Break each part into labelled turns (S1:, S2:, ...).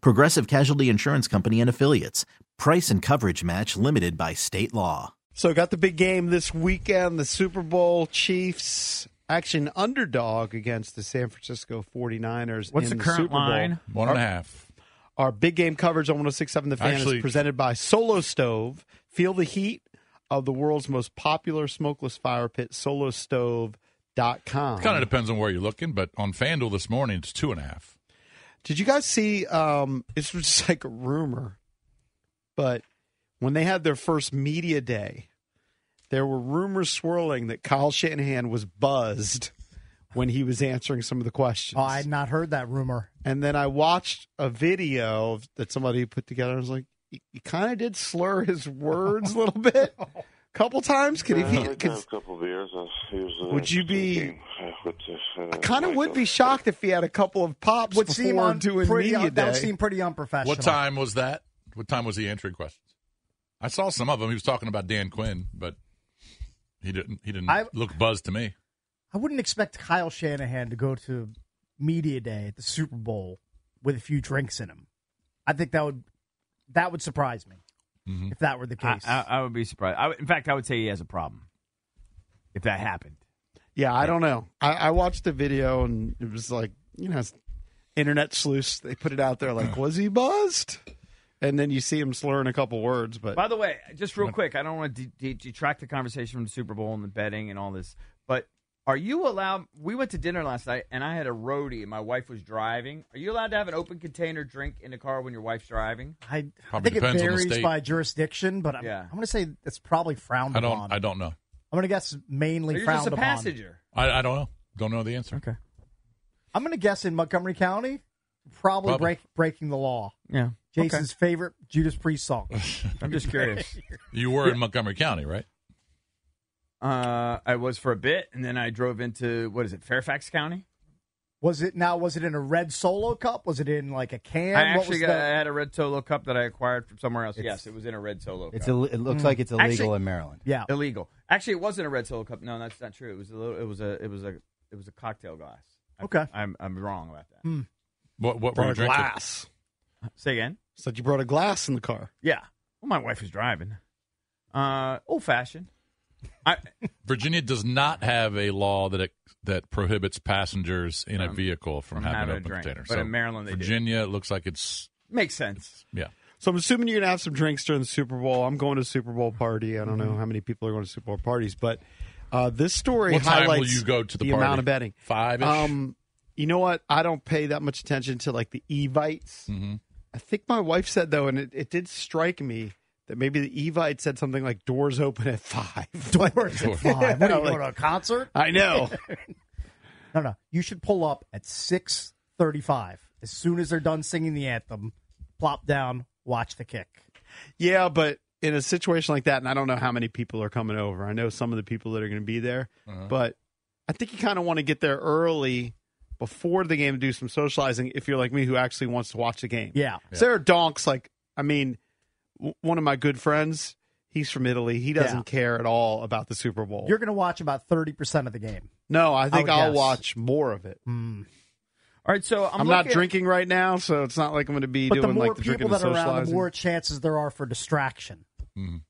S1: Progressive Casualty Insurance Company and Affiliates. Price and coverage match limited by state law.
S2: So got the big game this weekend, the Super Bowl Chiefs action underdog against the San Francisco 49ers.
S3: What's
S2: in
S3: the current
S2: Super Bowl.
S3: line?
S4: One and a half.
S2: Our big game coverage on 1067 The Fan
S4: Actually-
S2: is presented by Solo Stove. Feel the heat of the world's most popular smokeless fire pit, solostove.com.
S4: Kind of depends on where you're looking, but on FanDuel this morning, it's two and a half.
S2: Did you guys see? Um, it's just like a rumor, but when they had their first media day, there were rumors swirling that Kyle Shanahan was buzzed when he was answering some of the questions.
S5: Oh, I had not heard that rumor.
S2: and then I watched a video of- that somebody put together. I was like, he, he kind of did slur his words a little bit, a couple times. Could
S6: Uh,
S2: he?
S6: I've
S2: could-
S6: had a couple of beers. I usually
S2: Would you be-
S6: game, uh, with the, uh,
S2: I kind of would
S6: Michael.
S2: be shocked if he had a couple of pops
S5: Would
S2: before
S5: seem un-
S2: doing
S5: pretty
S2: media
S5: un-
S2: day.
S5: that would seem pretty unprofessional.
S4: What time was that? What time was he answering questions? I saw some of them. He was talking about Dan Quinn, but he didn't. He didn't
S5: I-
S4: look buzzed to me.
S5: I wouldn't expect Kyle Shanahan to go to media day at the Super Bowl with a few drinks in him. I think that would that would surprise me
S4: Mm-hmm.
S5: if that were the
S3: I,
S5: case.
S3: I, I would be surprised. I would- in fact, I would say he has a problem if that happened.
S2: Yeah, I don't know. I, I watched the video and it was like, you know, it's internet sleuths. They put it out there like, was he buzzed? And then you see him slurring a couple words, but
S3: By the way, just real quick, I don't want to de- de- detract the conversation from the Super Bowl and the betting and all this, but are you allowed? We went to dinner last night, and I had a roadie, and my wife was driving. Are you allowed to have an open container drink in the car when your wife's driving?
S5: I, I
S4: Probably
S5: think it
S4: depends on the
S5: varies
S4: state.
S5: by jurisdiction, but I'm,
S3: Yeah.
S5: I'm going to say it's probably frowned
S4: I don't.
S5: upon.
S4: I don't know.
S5: I'm going to guess mainly
S3: Or you're
S5: frowned
S3: just a
S5: upon.
S3: passenger.
S4: I, I don't know. Don't know the answer.
S3: Okay.
S5: I'm going to guess in Montgomery County, probably,
S4: Probably.
S5: Break, breaking the law.
S3: Yeah.
S5: Jason's favorite Judas Priest song.
S3: Okay. I'm just curious.
S4: You were in Montgomery County, right?
S3: Uh, I was for a bit, and then I drove into what is it, Fairfax County?
S5: Was it now? Was it in a red solo cup? Was it in like a can?
S3: I
S5: What was
S3: actually got,
S5: the-
S3: I had a red solo cup that I acquired from somewhere else.
S7: It's-
S3: yes, it was in a red solo
S7: It's
S3: cup.
S7: Ill- it looks like it's illegal
S3: Actually-
S7: in Maryland.
S5: yeah.
S3: illegal. Actually, it wasn't a red solo cup. No, that's not true. It was a little. It was a. It was a. It was a cocktail glass. I-
S5: Okay.
S3: I'm I'm wrong about that.
S4: What what were
S2: brought
S4: you
S2: a
S4: drinking?
S2: glass.
S3: Say again.
S2: Said you brought a glass in the car.
S3: Yeah. Well, my wife was driving. Uh, old fashioned. I
S4: Virginia does not have a law that it, that prohibits passengers in a
S3: Um,
S4: vehicle from
S3: from
S4: having
S3: having
S4: an
S3: a
S4: open
S3: drink.
S4: container.
S3: But in Maryland, they do.
S4: Virginia it looks like it's
S3: makes sense.
S4: yeah.
S2: So I'm assuming you're gonna have some drinks during the Super Bowl. I'm going to a Super Bowl party. I don't know how many people are going to Super Bowl parties, but uh, this story
S4: What time will
S2: highlights
S4: you go to the, party?
S2: amount of betting.
S4: Five.
S2: Um, you know what? I don't pay that much attention to like the Evites. I think my wife said though, and it, it did strike me that maybe the Evite said something like "doors open at five. Doors
S4: at
S5: Fine. What are you going to a concert?
S2: I know.
S5: No, no. You should pull up at six thirty-five. As soon as they're done singing the anthem, plop down, watch the kick.
S2: yeah, but in a situation like that, and I don't know how many people are coming over. I know some of the people that are going to be there, but I think you kind of want to get there early before the game to do some socializing if you're like me who actually wants to watch the game.
S5: Yeah.
S2: So There are donks like I mean, w- one of my good friends. He's from Italy. He doesn't
S5: Yeah.
S2: care at all about the Super Bowl.
S5: You're Oh, going to watch about thirty percent of the game. Hmm.
S2: no, I think
S5: would
S2: I'll
S5: guess.
S2: watch more of it.
S3: All right, so I'm,
S2: I'm, not
S3: looking-
S2: drinking right now, so it's not like I'm going to be
S5: But the
S2: doing
S5: more
S2: like the
S5: people
S2: drinking
S5: that
S2: and
S5: are around, the
S2: socializing.
S5: more chances there are for distraction
S4: Mhm.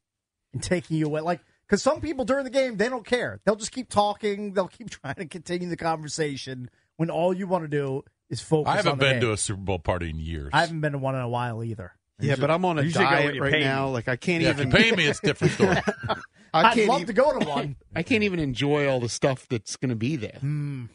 S5: and taking you away. Like, because some people during the game they don't care. They'll just keep talking. They'll keep trying to continue the conversation when all you want to do is focus.
S4: I
S5: on
S4: haven't
S5: the
S4: been
S5: game.
S4: to a Super Bowl party in years.
S5: I haven't been to one in a while either.
S2: Yeah, but I'm on a
S3: You should go when
S2: diet
S3: you
S2: right
S3: pay
S2: now.
S3: me.
S2: Like I can't
S4: Yeah, if you
S2: even.
S4: pay me, it's a different story.
S2: I
S5: I'd
S2: can't. e-
S5: love
S2: even,
S5: to go to one.
S2: I can't even enjoy all the stuff that's going to be there.
S5: Hmm.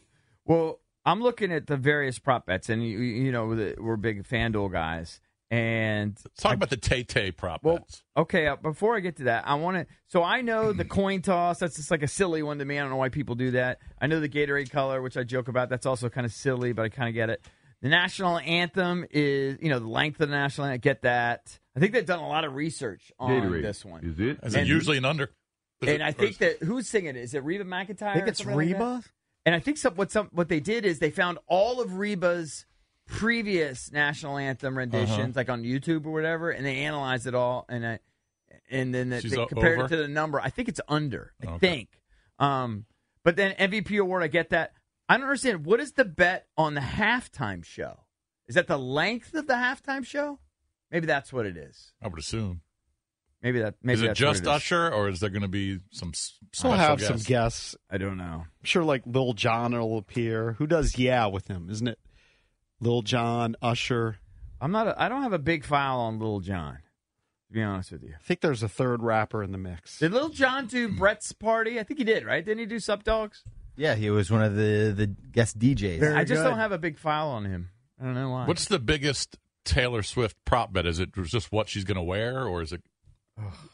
S3: Well, I'm looking at the various prop bets, and you, you know the, we're big FanDuel guys. And
S4: Let's talk about the Tay Tay prop
S3: well,
S4: bets.
S3: okay. Uh, before I get to that, I want to. So I know the coin toss. That's just like a silly one to me. I don't know why people do that. I know the Gatorade color, which I joke about. That's also kind of silly, but I kind of get it. The national anthem is, you know, the length of the national anthem. I get that. I think they've done a lot of research on this one.
S7: Is it?
S4: Is it
S3: and-
S4: usually an under? Is
S3: and
S4: it-
S3: I
S4: or
S3: think
S4: is-
S3: that who's singing it? Is it Reba McIntyre?
S5: I think
S3: or
S5: it's
S3: something like that?
S5: Reba.
S3: And I think some, what some what they did is they found all of Reba's previous national anthem renditions,
S4: Uh-huh.
S3: like on YouTube or whatever, and they analyzed it all, and I, and then that
S4: She's
S3: they
S4: o-
S3: compared
S4: over?
S3: it to the number. I think it's under. I
S4: Okay.
S3: think. Um, but then MVP award, I get that. I don't understand what is the bet on the halftime show. Is that the length of the halftime show? Maybe that's what it is.
S4: I would assume.
S3: Maybe that. Maybe
S4: is it
S3: that's
S4: just
S3: what it is.
S4: Usher, or is there going to be some s-
S2: So
S4: special
S2: I'll have
S4: guest?
S2: some guests.
S3: I don't know.
S2: I'm sure like Lil Jon will appear. Who does yeah with him? Isn't it Lil Jon, Usher?
S3: I'm not. A, I don't have a big file on Little John. To be honest with you,
S2: I think there's a third rapper in the mix.
S3: did Little John do Brett's party? I think he did, right? Didn't he do Sup Dogs?
S8: Yeah, he was one of the the guest DJs.
S5: Very
S3: I just
S5: good.
S3: don't have a big file on him. I don't know why.
S4: What's the biggest Taylor Swift prop bet? Is it just what she's going to wear, or is it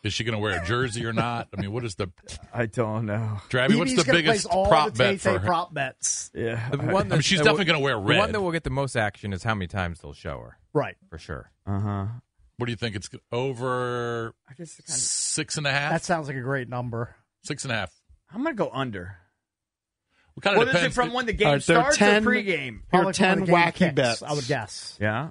S4: is she going to wear a jersey or not? I mean, what is the
S3: I don't know.
S4: Drabby? What's
S5: BB's
S4: the
S5: E gonna place
S4: biggest
S5: all the
S4: prop bet for
S5: TayTay
S4: her?
S5: prop bets?
S3: Yeah.
S7: The one
S4: I mean,
S7: that-
S4: she's
S7: that will-
S4: definitely gonna wear
S7: The
S4: red.
S7: one that will get the most action is how many times they'll show her,
S5: Right.
S7: for sure.
S3: Uh huh.
S4: What do you think? It's over
S3: I guess it's kind
S4: six and a half.
S5: That sounds like a great number.
S4: six and a half.
S3: of, I'm gonna go under.
S4: What kind of
S3: What is it
S4: depends?
S3: from when the game
S2: All right, there are
S3: starts
S2: ten-
S3: or pregame?
S2: Here are
S5: Probably one
S2: ten
S5: of the game
S2: wacky
S5: picks,
S2: bets.
S5: I would guess.
S3: Yeah.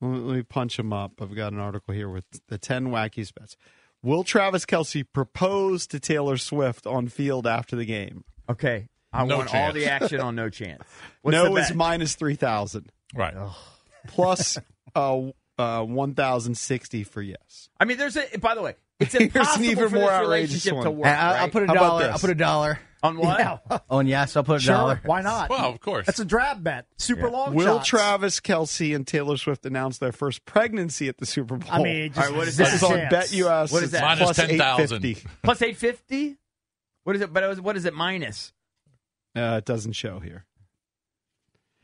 S2: Let me- let me punch them up. I've got an article here with the 10 wackiest bets. Will Travis Kelsey propose to Taylor Swift on field after the game?
S3: Okay. I
S4: No
S3: want all
S4: chance.
S3: the action on no chance. What's
S2: no
S3: the
S2: is
S3: bet?
S2: minus 3,000,
S4: Right.
S2: plus uh, uh, 1,060 for yes.
S3: I mean, there's a. By the way, it's
S2: Here's an
S3: impossible
S2: even
S3: for
S2: more
S3: this
S2: outrageous
S3: relationship
S2: one.
S3: to work.
S8: I, I'll
S3: right?
S8: put a
S2: How about
S8: dollar. I'll
S2: this?
S8: put a dollar
S3: on what?
S5: Yeah.
S8: on Oh, yes. I'll put a
S5: Sure.
S8: dollar.
S5: Why not?
S4: Well, of course.
S5: That's a drab bet. Super long
S2: Will
S5: shots.
S2: Travis Kelsey and Taylor Swift announce their first pregnancy at the Super Bowl?
S5: I mean, just,
S3: All right, what is
S5: this
S2: this
S3: that?
S2: is
S5: a
S2: on
S5: chance.
S2: Bet uh, US.
S3: What is
S2: It's
S3: that?
S4: Minus
S2: plus
S4: 10,000.
S2: 850.
S3: Plus eight fifty. What is it? But it was, what is it minus?
S2: Uh, it doesn't show here.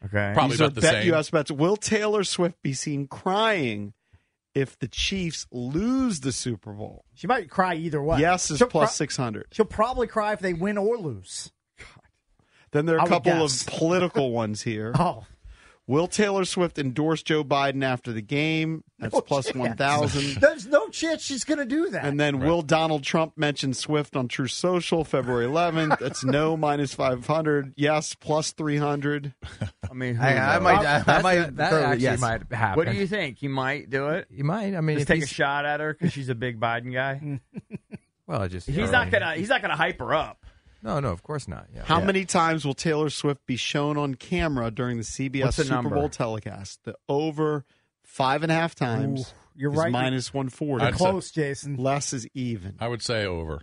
S3: Okay.
S4: Probably
S2: These are
S4: about the
S2: bet
S4: same.
S2: US bets. Will Taylor Swift be seen crying if the Chiefs lose the Super Bowl?
S5: She might cry either way.
S2: Yes is
S5: she'll
S2: plus
S5: pro-
S2: six hundred.
S5: She'll probably cry if they win or lose.
S2: Then there are
S5: I
S2: a
S5: would
S2: couple of
S5: guess.
S2: political ones here.
S5: Oh,
S2: Will Taylor Swift endorse Joe Biden after the game? That's
S5: No
S2: plus
S5: chance.
S2: one thousand.
S5: there's no chance she's going to do that.
S2: And then will Donald Trump mention Swift on True Social February 11th? That's no minus 500. Yes, plus 300.
S3: I mean, who
S8: I, I
S3: knows?
S8: might. I, I
S7: That's-
S8: might.
S7: that
S8: throw it
S7: actually
S8: yes.
S7: might happen.
S3: What do you think? He might do it.
S7: He might. I mean,
S3: Just
S7: if
S3: take a
S7: he's-
S3: shot at her because she's a big Biden guy.
S7: Well, I just
S3: He's not gonna. He's not gonna hype her up.
S7: No, no, of course not. Yeah.
S2: How many times will Taylor Swift be shown on camera during the CBS
S3: What's the
S2: Super
S3: number?
S2: Bowl telecast? The over five and a half times.
S5: Ooh, you're
S2: is
S5: right.
S2: Minus 140.
S5: You're
S4: I'd say-
S5: close, Jason.
S2: Less is even.
S4: I would say over.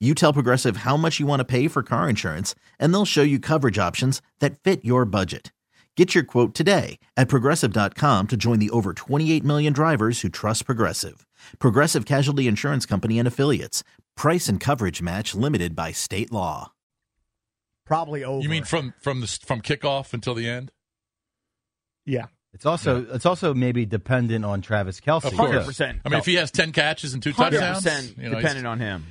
S1: You tell Progressive how much you want to pay for car insurance, and they'll show you coverage options that fit your budget. Get your quote today at progressive.com to join the over 28 million drivers who trust Progressive. Progressive Casualty Insurance Company and Affiliates. Price and coverage match limited by state law.
S5: Probably over.
S4: You mean from from the from kickoff until the end?
S5: Yeah.
S8: It's also it's also maybe dependent on Travis Kelsey.
S4: Of course. I mean, if he has ten catches and two touchdowns,
S3: 100%
S4: you know, he's-
S3: dependent on him.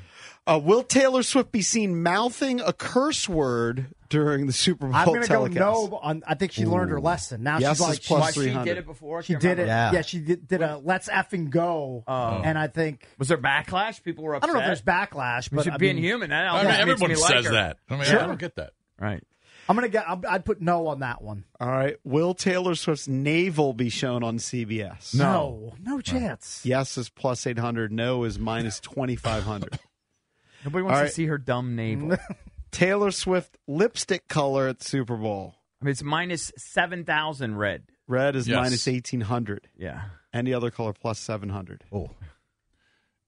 S2: Uh, will Taylor Swift be seen mouthing a curse word during the Super Bowl
S5: I'm going to go
S2: telecast?
S5: no. On, I think she learned her
S2: Ooh.
S5: lesson. Now
S2: Yes
S5: she's like
S2: is plus
S5: she's-
S2: She did 300. it
S3: before? I
S5: She
S3: can't
S5: did it.
S3: remember.
S5: Yeah,
S3: Yeah.
S5: she did, did a let's effing go.
S3: Oh.
S5: and I think
S3: Was there backlash? People were
S5: I
S3: upset.
S5: don't know if there's backlash,
S3: We
S5: but
S3: should
S5: I
S3: be
S5: mean-
S3: inhuman. That
S4: I mean,
S3: makes me
S4: everyone
S3: like
S4: says
S3: her.
S4: that. I mean,
S5: Sure.
S4: I don't get that.
S3: Right.
S5: I'm gonna get. I'm, I'd put no on that one.
S2: All right. Will Taylor Swift's navel be shown on CBS?
S5: no, chance.
S2: Yes is plus 800. No is minus 2,500.
S3: Nobody wants
S2: All
S3: to
S2: right.
S3: see her dumb navel.
S2: Taylor Swift lipstick color at Super Bowl.
S3: I mean, it's minus 7,000 red.
S2: Red is
S3: Yes.
S2: minus 1,800.
S3: Yeah.
S2: Any other color plus 700.
S8: Oh.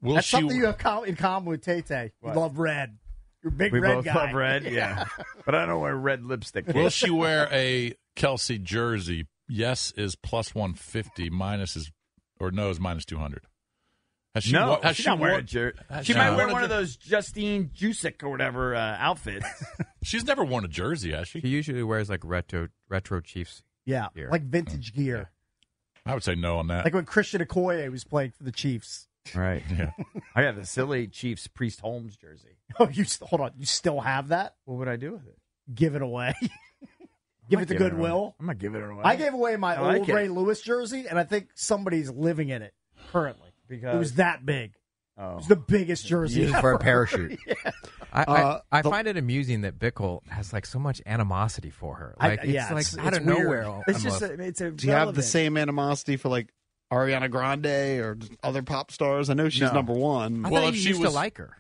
S4: Will
S5: That's
S2: she
S5: something you have com- in common with Tay Tay. You
S3: What?
S5: love red. You're a big
S3: we
S5: red
S3: both
S5: guy.
S3: love red, yeah. but I don't wear red lipstick.
S4: Will she wear a Kelsey jersey? Yes is plus one fifty. Minus is or no is minus two hundred. Has she?
S3: no,
S4: wo- has
S3: she's
S4: she uh,
S3: not wearing
S4: wore-
S3: a jer-
S4: has
S3: She
S4: she
S3: might
S4: worn
S3: wear
S4: a
S3: one of
S4: jer-
S3: those Justine Jusick or whatever uh, outfits.
S4: She's never worn a jersey, has she?
S7: He usually wears like retro retro Chiefs.
S5: Yeah,
S7: gear.
S5: like vintage gear.
S4: I would say no on that.
S5: Like when Christian Okoye was playing for the Chiefs.
S3: right.
S4: Yeah.
S3: I got the silly Chiefs Priest Holmes jersey.
S5: Oh, you st- hold on. You still have that?
S3: What would I do with it?
S5: Give it away. Give it to Goodwill.
S3: I'm not giving it away.
S5: I gave away my
S3: Mm. I like
S5: old
S3: it.
S5: Ray Lewis jersey, and I think somebody's living in it currently.
S3: Because-
S5: it was that big. It
S3: Oh.
S5: was the biggest jersey
S8: Used for a
S5: ever.
S8: parachute.
S7: I,
S5: Uh,
S7: I, I
S5: the-
S7: find it amusing that Bickle has like so much animosity for her.
S5: I-
S7: Like
S5: yeah, it's-
S7: it's like out
S5: it's
S7: of
S5: weird.
S7: nowhere.
S3: It's
S7: I'm
S3: just,
S7: a-
S3: a, it's a.
S2: Do you have the same animosity for like Ariana Grande or other pop stars? I know she's
S3: No.
S2: number one.
S7: I
S4: Well,
S7: thought
S4: if
S7: you
S4: she
S7: used
S4: was-
S7: to like her.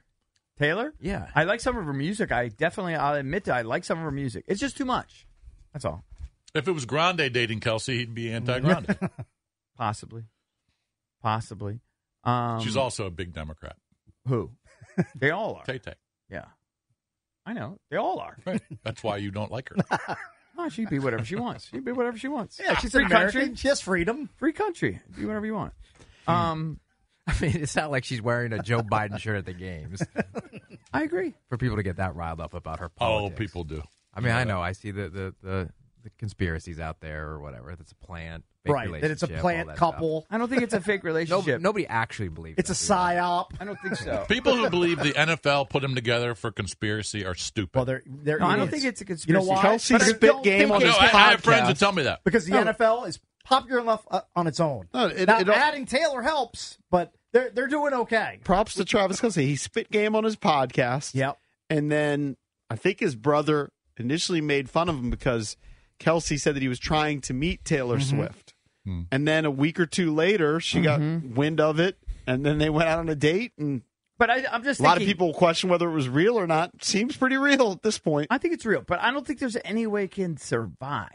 S3: Taylor?
S7: Yeah.
S3: I like some of her music. I definitely, I'll admit that I like some of her music. It's just too much. That's all.
S4: if it was Grande dating Kelsey, he'd be anti Grande.
S3: Possibly. Possibly. Um,
S4: She's also a big Democrat.
S3: Who? They all are.
S4: Tay Tay.
S3: Yeah. I know. They all are.
S4: Right. That's why you don't like her.
S3: Oh, she'd be whatever she wants. She'd be whatever she wants.
S5: Yeah, she's
S3: free
S5: an American.
S3: country.
S5: She has freedom.
S3: Free country. Do whatever you want. Um,
S7: I mean, it's not like she's wearing a Joe Biden shirt at the games
S3: I agree.
S7: for people to get that riled up about her
S4: Oh,
S7: politics.
S4: people do.
S7: I mean, I know. I see the the, the, the conspiracies out there or whatever. That's a plant. fake
S5: Right. That it's a
S7: relationship, all
S5: plant
S7: that
S5: couple.
S3: I don't think it's a fake
S7: stuff.
S3: relationship.
S7: Nobody, nobody actually believes.
S5: It's a
S7: that, do they?
S5: psyop.
S3: I don't think so.
S4: People who believe the NFL put them together for conspiracy are stupid.
S5: Well, they're, they're
S3: No, I don't
S5: idiots.
S3: think it's a
S5: You know
S3: conspiracy.
S5: why?
S2: Kelsey
S5: But I
S2: spit
S5: don't
S2: game
S5: think
S2: on
S4: no,
S5: it's
S4: I, I have
S5: podcast.
S4: friends that tell me that.
S5: because the
S2: No.
S5: NFL is popular enough uh, on its own.
S2: No, it-
S5: now,
S2: it all-
S5: adding Taylor helps, but they're they're doing okay.
S2: Props to Travis Kelsey. He spit game on his podcast.
S5: Yep.
S2: And then I think his brother initially made fun of him because Kelsey said that he was trying to meet Taylor
S7: Mm-hmm.
S2: Swift.
S7: Hmm.
S2: And then a week or two later, she
S7: Mm-hmm.
S2: got wind of it. And then they went out on a date. And
S3: But I, I'm just
S2: a lot of
S3: thinking-
S2: people question whether it was real or not. Seems pretty real at this point.
S3: I think it's real, but I don't think there's any way it can survive.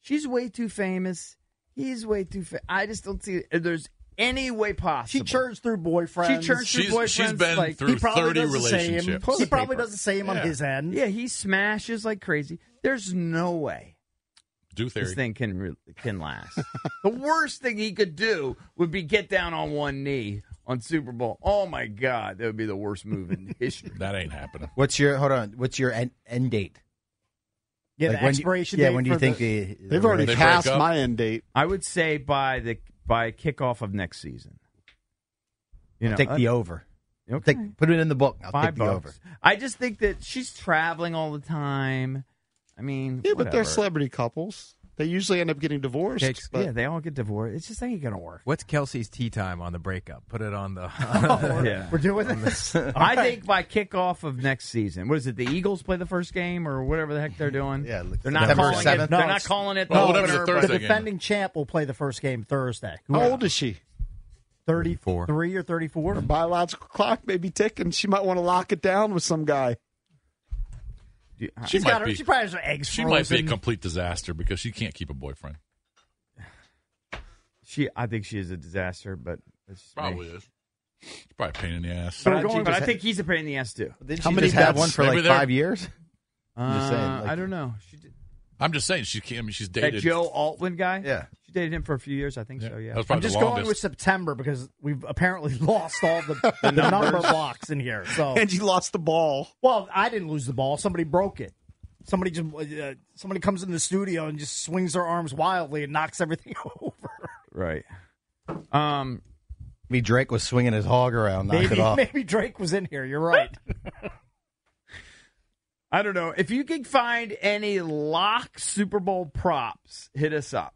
S3: She's way too famous. He's way too. Fa- I just don't see if there's any way
S5: She
S3: possible.
S5: churns through boyfriends.
S3: She churns-
S4: She's,
S3: boyfriends,
S4: she's been
S3: like, he
S4: through
S5: he probably
S4: 30
S5: does the same.
S4: relationships.
S5: He
S3: Toilet
S5: probably
S3: paper.
S5: does the same on
S4: Yeah.
S5: his end.
S3: Yeah, he smashes like crazy. There's no way
S4: Do theory.
S3: this thing can re- can last. the worst thing he could do would be get down on one knee on Super Bowl. Oh my God, that would be the worst move in history.
S4: That ain't happening.
S8: What's your hold on? What's your end, end date?
S5: Yeah, the
S8: Like, when do you-
S5: expiration
S8: Yeah,
S5: date
S8: when do you
S5: for
S8: think
S5: the,
S8: the,
S2: They've already
S4: They break
S2: passed
S4: up?
S2: my end date.
S3: I would say by the by kickoff of next season. You know,
S8: take the over?
S3: uh, okay.
S8: Take, put it in the book. I'll
S3: Five
S8: take the
S3: bucks.
S8: over.
S3: I just think that she's traveling all the time. I mean,
S2: Yeah, but they're
S3: whatever.
S2: celebrity couples. They usually end up getting divorced.
S7: Cakes.
S2: but-
S7: Yeah,
S3: they all get divorced. It's just ain't gonna work.
S7: What's Kelsey's tea time on the breakup? Put it on the.
S3: Yeah.
S5: We're doing
S7: on
S5: this.
S3: I think by kickoff of next season, what is it? The Eagles play the first game or whatever the heck they're doing. Yeah, they're not
S5: September
S3: calling it.
S5: 7th?
S3: They're
S5: No,
S3: not
S5: it's-
S3: calling it.
S5: Well,
S3: the
S5: whatever
S3: opener,
S5: the
S3: but-
S5: the defending champ will play the first game Thursday.
S2: How old is she?
S5: 34. Three or 34?
S2: Her biological clock may be ticking. She might want to lock it down with some guy.
S3: uh,
S4: She
S5: She's
S4: might
S5: got her-
S4: be,
S5: she probably has her eggs
S4: She might be a
S5: frozen.
S4: complete disaster because she can't keep a boyfriend.
S3: She, I think she is a disaster, but it's just me.
S4: Probably is. It's probably a pain in the ass.
S3: But, I, think- but I think he's a pain in the ass too.
S4: How she many just have bets- one for, like, Maybe they're- five
S8: years?
S4: I'm just saying, like-
S3: Uh, I don't know. She did,
S4: I'm just saying she can't. I mean, she's
S3: that
S4: dated.
S3: Joe Altman guy.
S4: Yeah.
S3: she dated him for a few years. I think so. Yeah,
S4: That
S5: I'm
S4: was probably
S5: just
S4: the
S5: going
S4: longest.
S5: with September because we've apparently lost all the, the number blocks in here. So
S2: And you lost the ball.
S5: Well, I didn't lose the ball. Somebody broke it. Somebody just uh, somebody comes in the studio and just swings their arms wildly and knocks everything over.
S3: right. Um,
S8: Maybe Drake was swinging his hog around. Knock
S5: Maybe,
S8: it off.
S5: maybe Drake was in here. You're right.
S3: I don't know if you can find any lock Super Bowl props. Hit us up.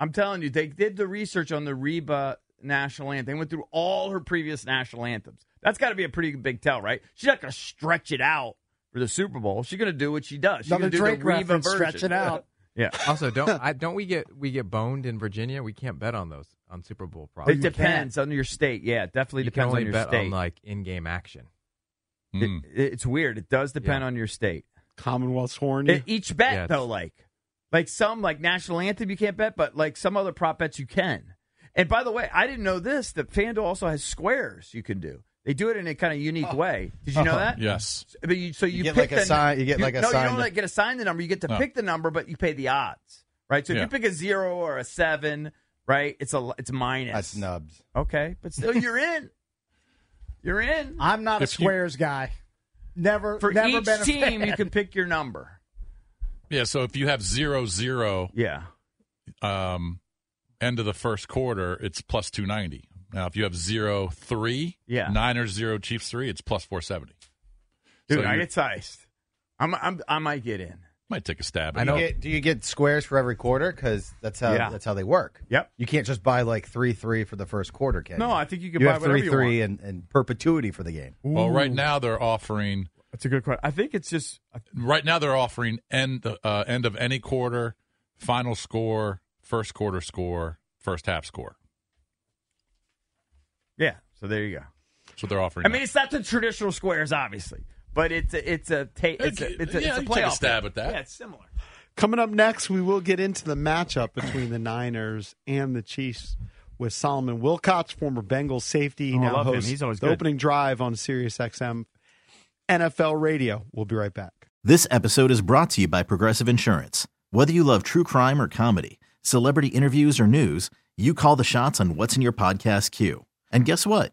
S3: I'm telling you, they did the research on the Reba national anthem. They went through all her previous national anthems. That's got to be a pretty big tell, right? She's not going to stretch it out for the Super Bowl. She's going to do what she does. She's going
S5: Another
S3: to do
S5: Drake
S3: the Reba
S5: reference.
S3: version.
S5: Stretch it out.
S3: Yeah.
S7: Also, don't I, don't we get we get boned in Virginia? We can't bet on those on Super Bowl props.
S3: It depends on your state. Yeah, it definitely
S7: You can
S3: depends
S7: only
S3: on your
S7: bet
S3: state.
S7: on like hmm. in-game action.
S4: Mm.
S3: It- it's weird. It does depend on your state.
S2: Commonwealth's horny.
S3: It- Eh, each bet
S7: Yeah, it's-
S3: though, like like some like national anthem you can't bet, but like some other prop bets you can. And by the way, I didn't know this. That FanDuel also has squares you can do. They do it in a kind of unique way. Did you know
S8: Oh.
S3: that?
S4: Yes.
S3: But you, so you,
S8: get
S3: pick
S8: like a
S3: the,
S8: sign- you get like a
S3: no, you
S8: sign
S3: don't
S8: that-
S3: like get assigned the number. You get to
S7: Oh.
S4: No.
S3: pick the number, but you pay the odds, right? So
S4: Yeah.
S3: if you pick a zero or a seven, right, it's a it's minus.
S8: That's nubs.
S3: Okay, but still you're in. You're in.
S5: I'm not a
S4: If you-
S5: squares guy. Never
S3: For
S5: never
S3: each
S5: been a
S3: team,
S5: fan.
S3: you can pick your number.
S4: yeah. So if you have zero zero
S3: Yeah.
S4: um, end of the first quarter, it's plus two ninety. Now if you have zero three,
S3: Yeah.
S4: Niners zero Chiefs three, it's plus four seventy.
S3: Dude,
S4: so
S3: I
S4: you
S3: get sized. I'm, I'm, I might get in.
S4: might take a stab.
S8: Do
S4: At
S8: you,
S4: it.
S8: get, do you get squares for every quarter? Because that's how
S3: Yeah.
S8: that's how they work.
S3: Yep.
S8: You can't just buy like three three for the first quarter, can
S3: No,
S8: you?
S3: I think you can buy
S8: have
S3: whatever
S8: three
S3: you
S8: three and, and perpetuity for the game.
S4: Well, right now they're offering.
S3: That's a good question. I think it's just
S4: Right now they're offering end uh, end of any quarter, final score, first quarter score, first half score.
S3: yeah. So there you go.
S4: That's what they're offering.
S3: I
S4: now.
S3: mean, it's not the traditional squares, obviously, but it's a, it's a ta- it's a it's a,
S4: Yeah,
S3: it's a
S4: you
S3: playoff
S4: take a stab
S3: bet.
S4: at that.
S3: Yeah, it's similar.
S2: Coming up next, we will get into the matchup between the Niners and the Chiefs with Solomon Wilcox, former Bengals safety. He
S3: Oh, I
S2: now
S3: love him.
S2: hosts
S3: He's always
S2: the
S3: good.
S2: opening drive on Sirius XM NFL Radio. We'll be right back.
S1: This episode is brought to you by Progressive Insurance. Whether you love true crime or comedy, celebrity interviews or news, you call the shots on what's in your podcast queue. And guess what?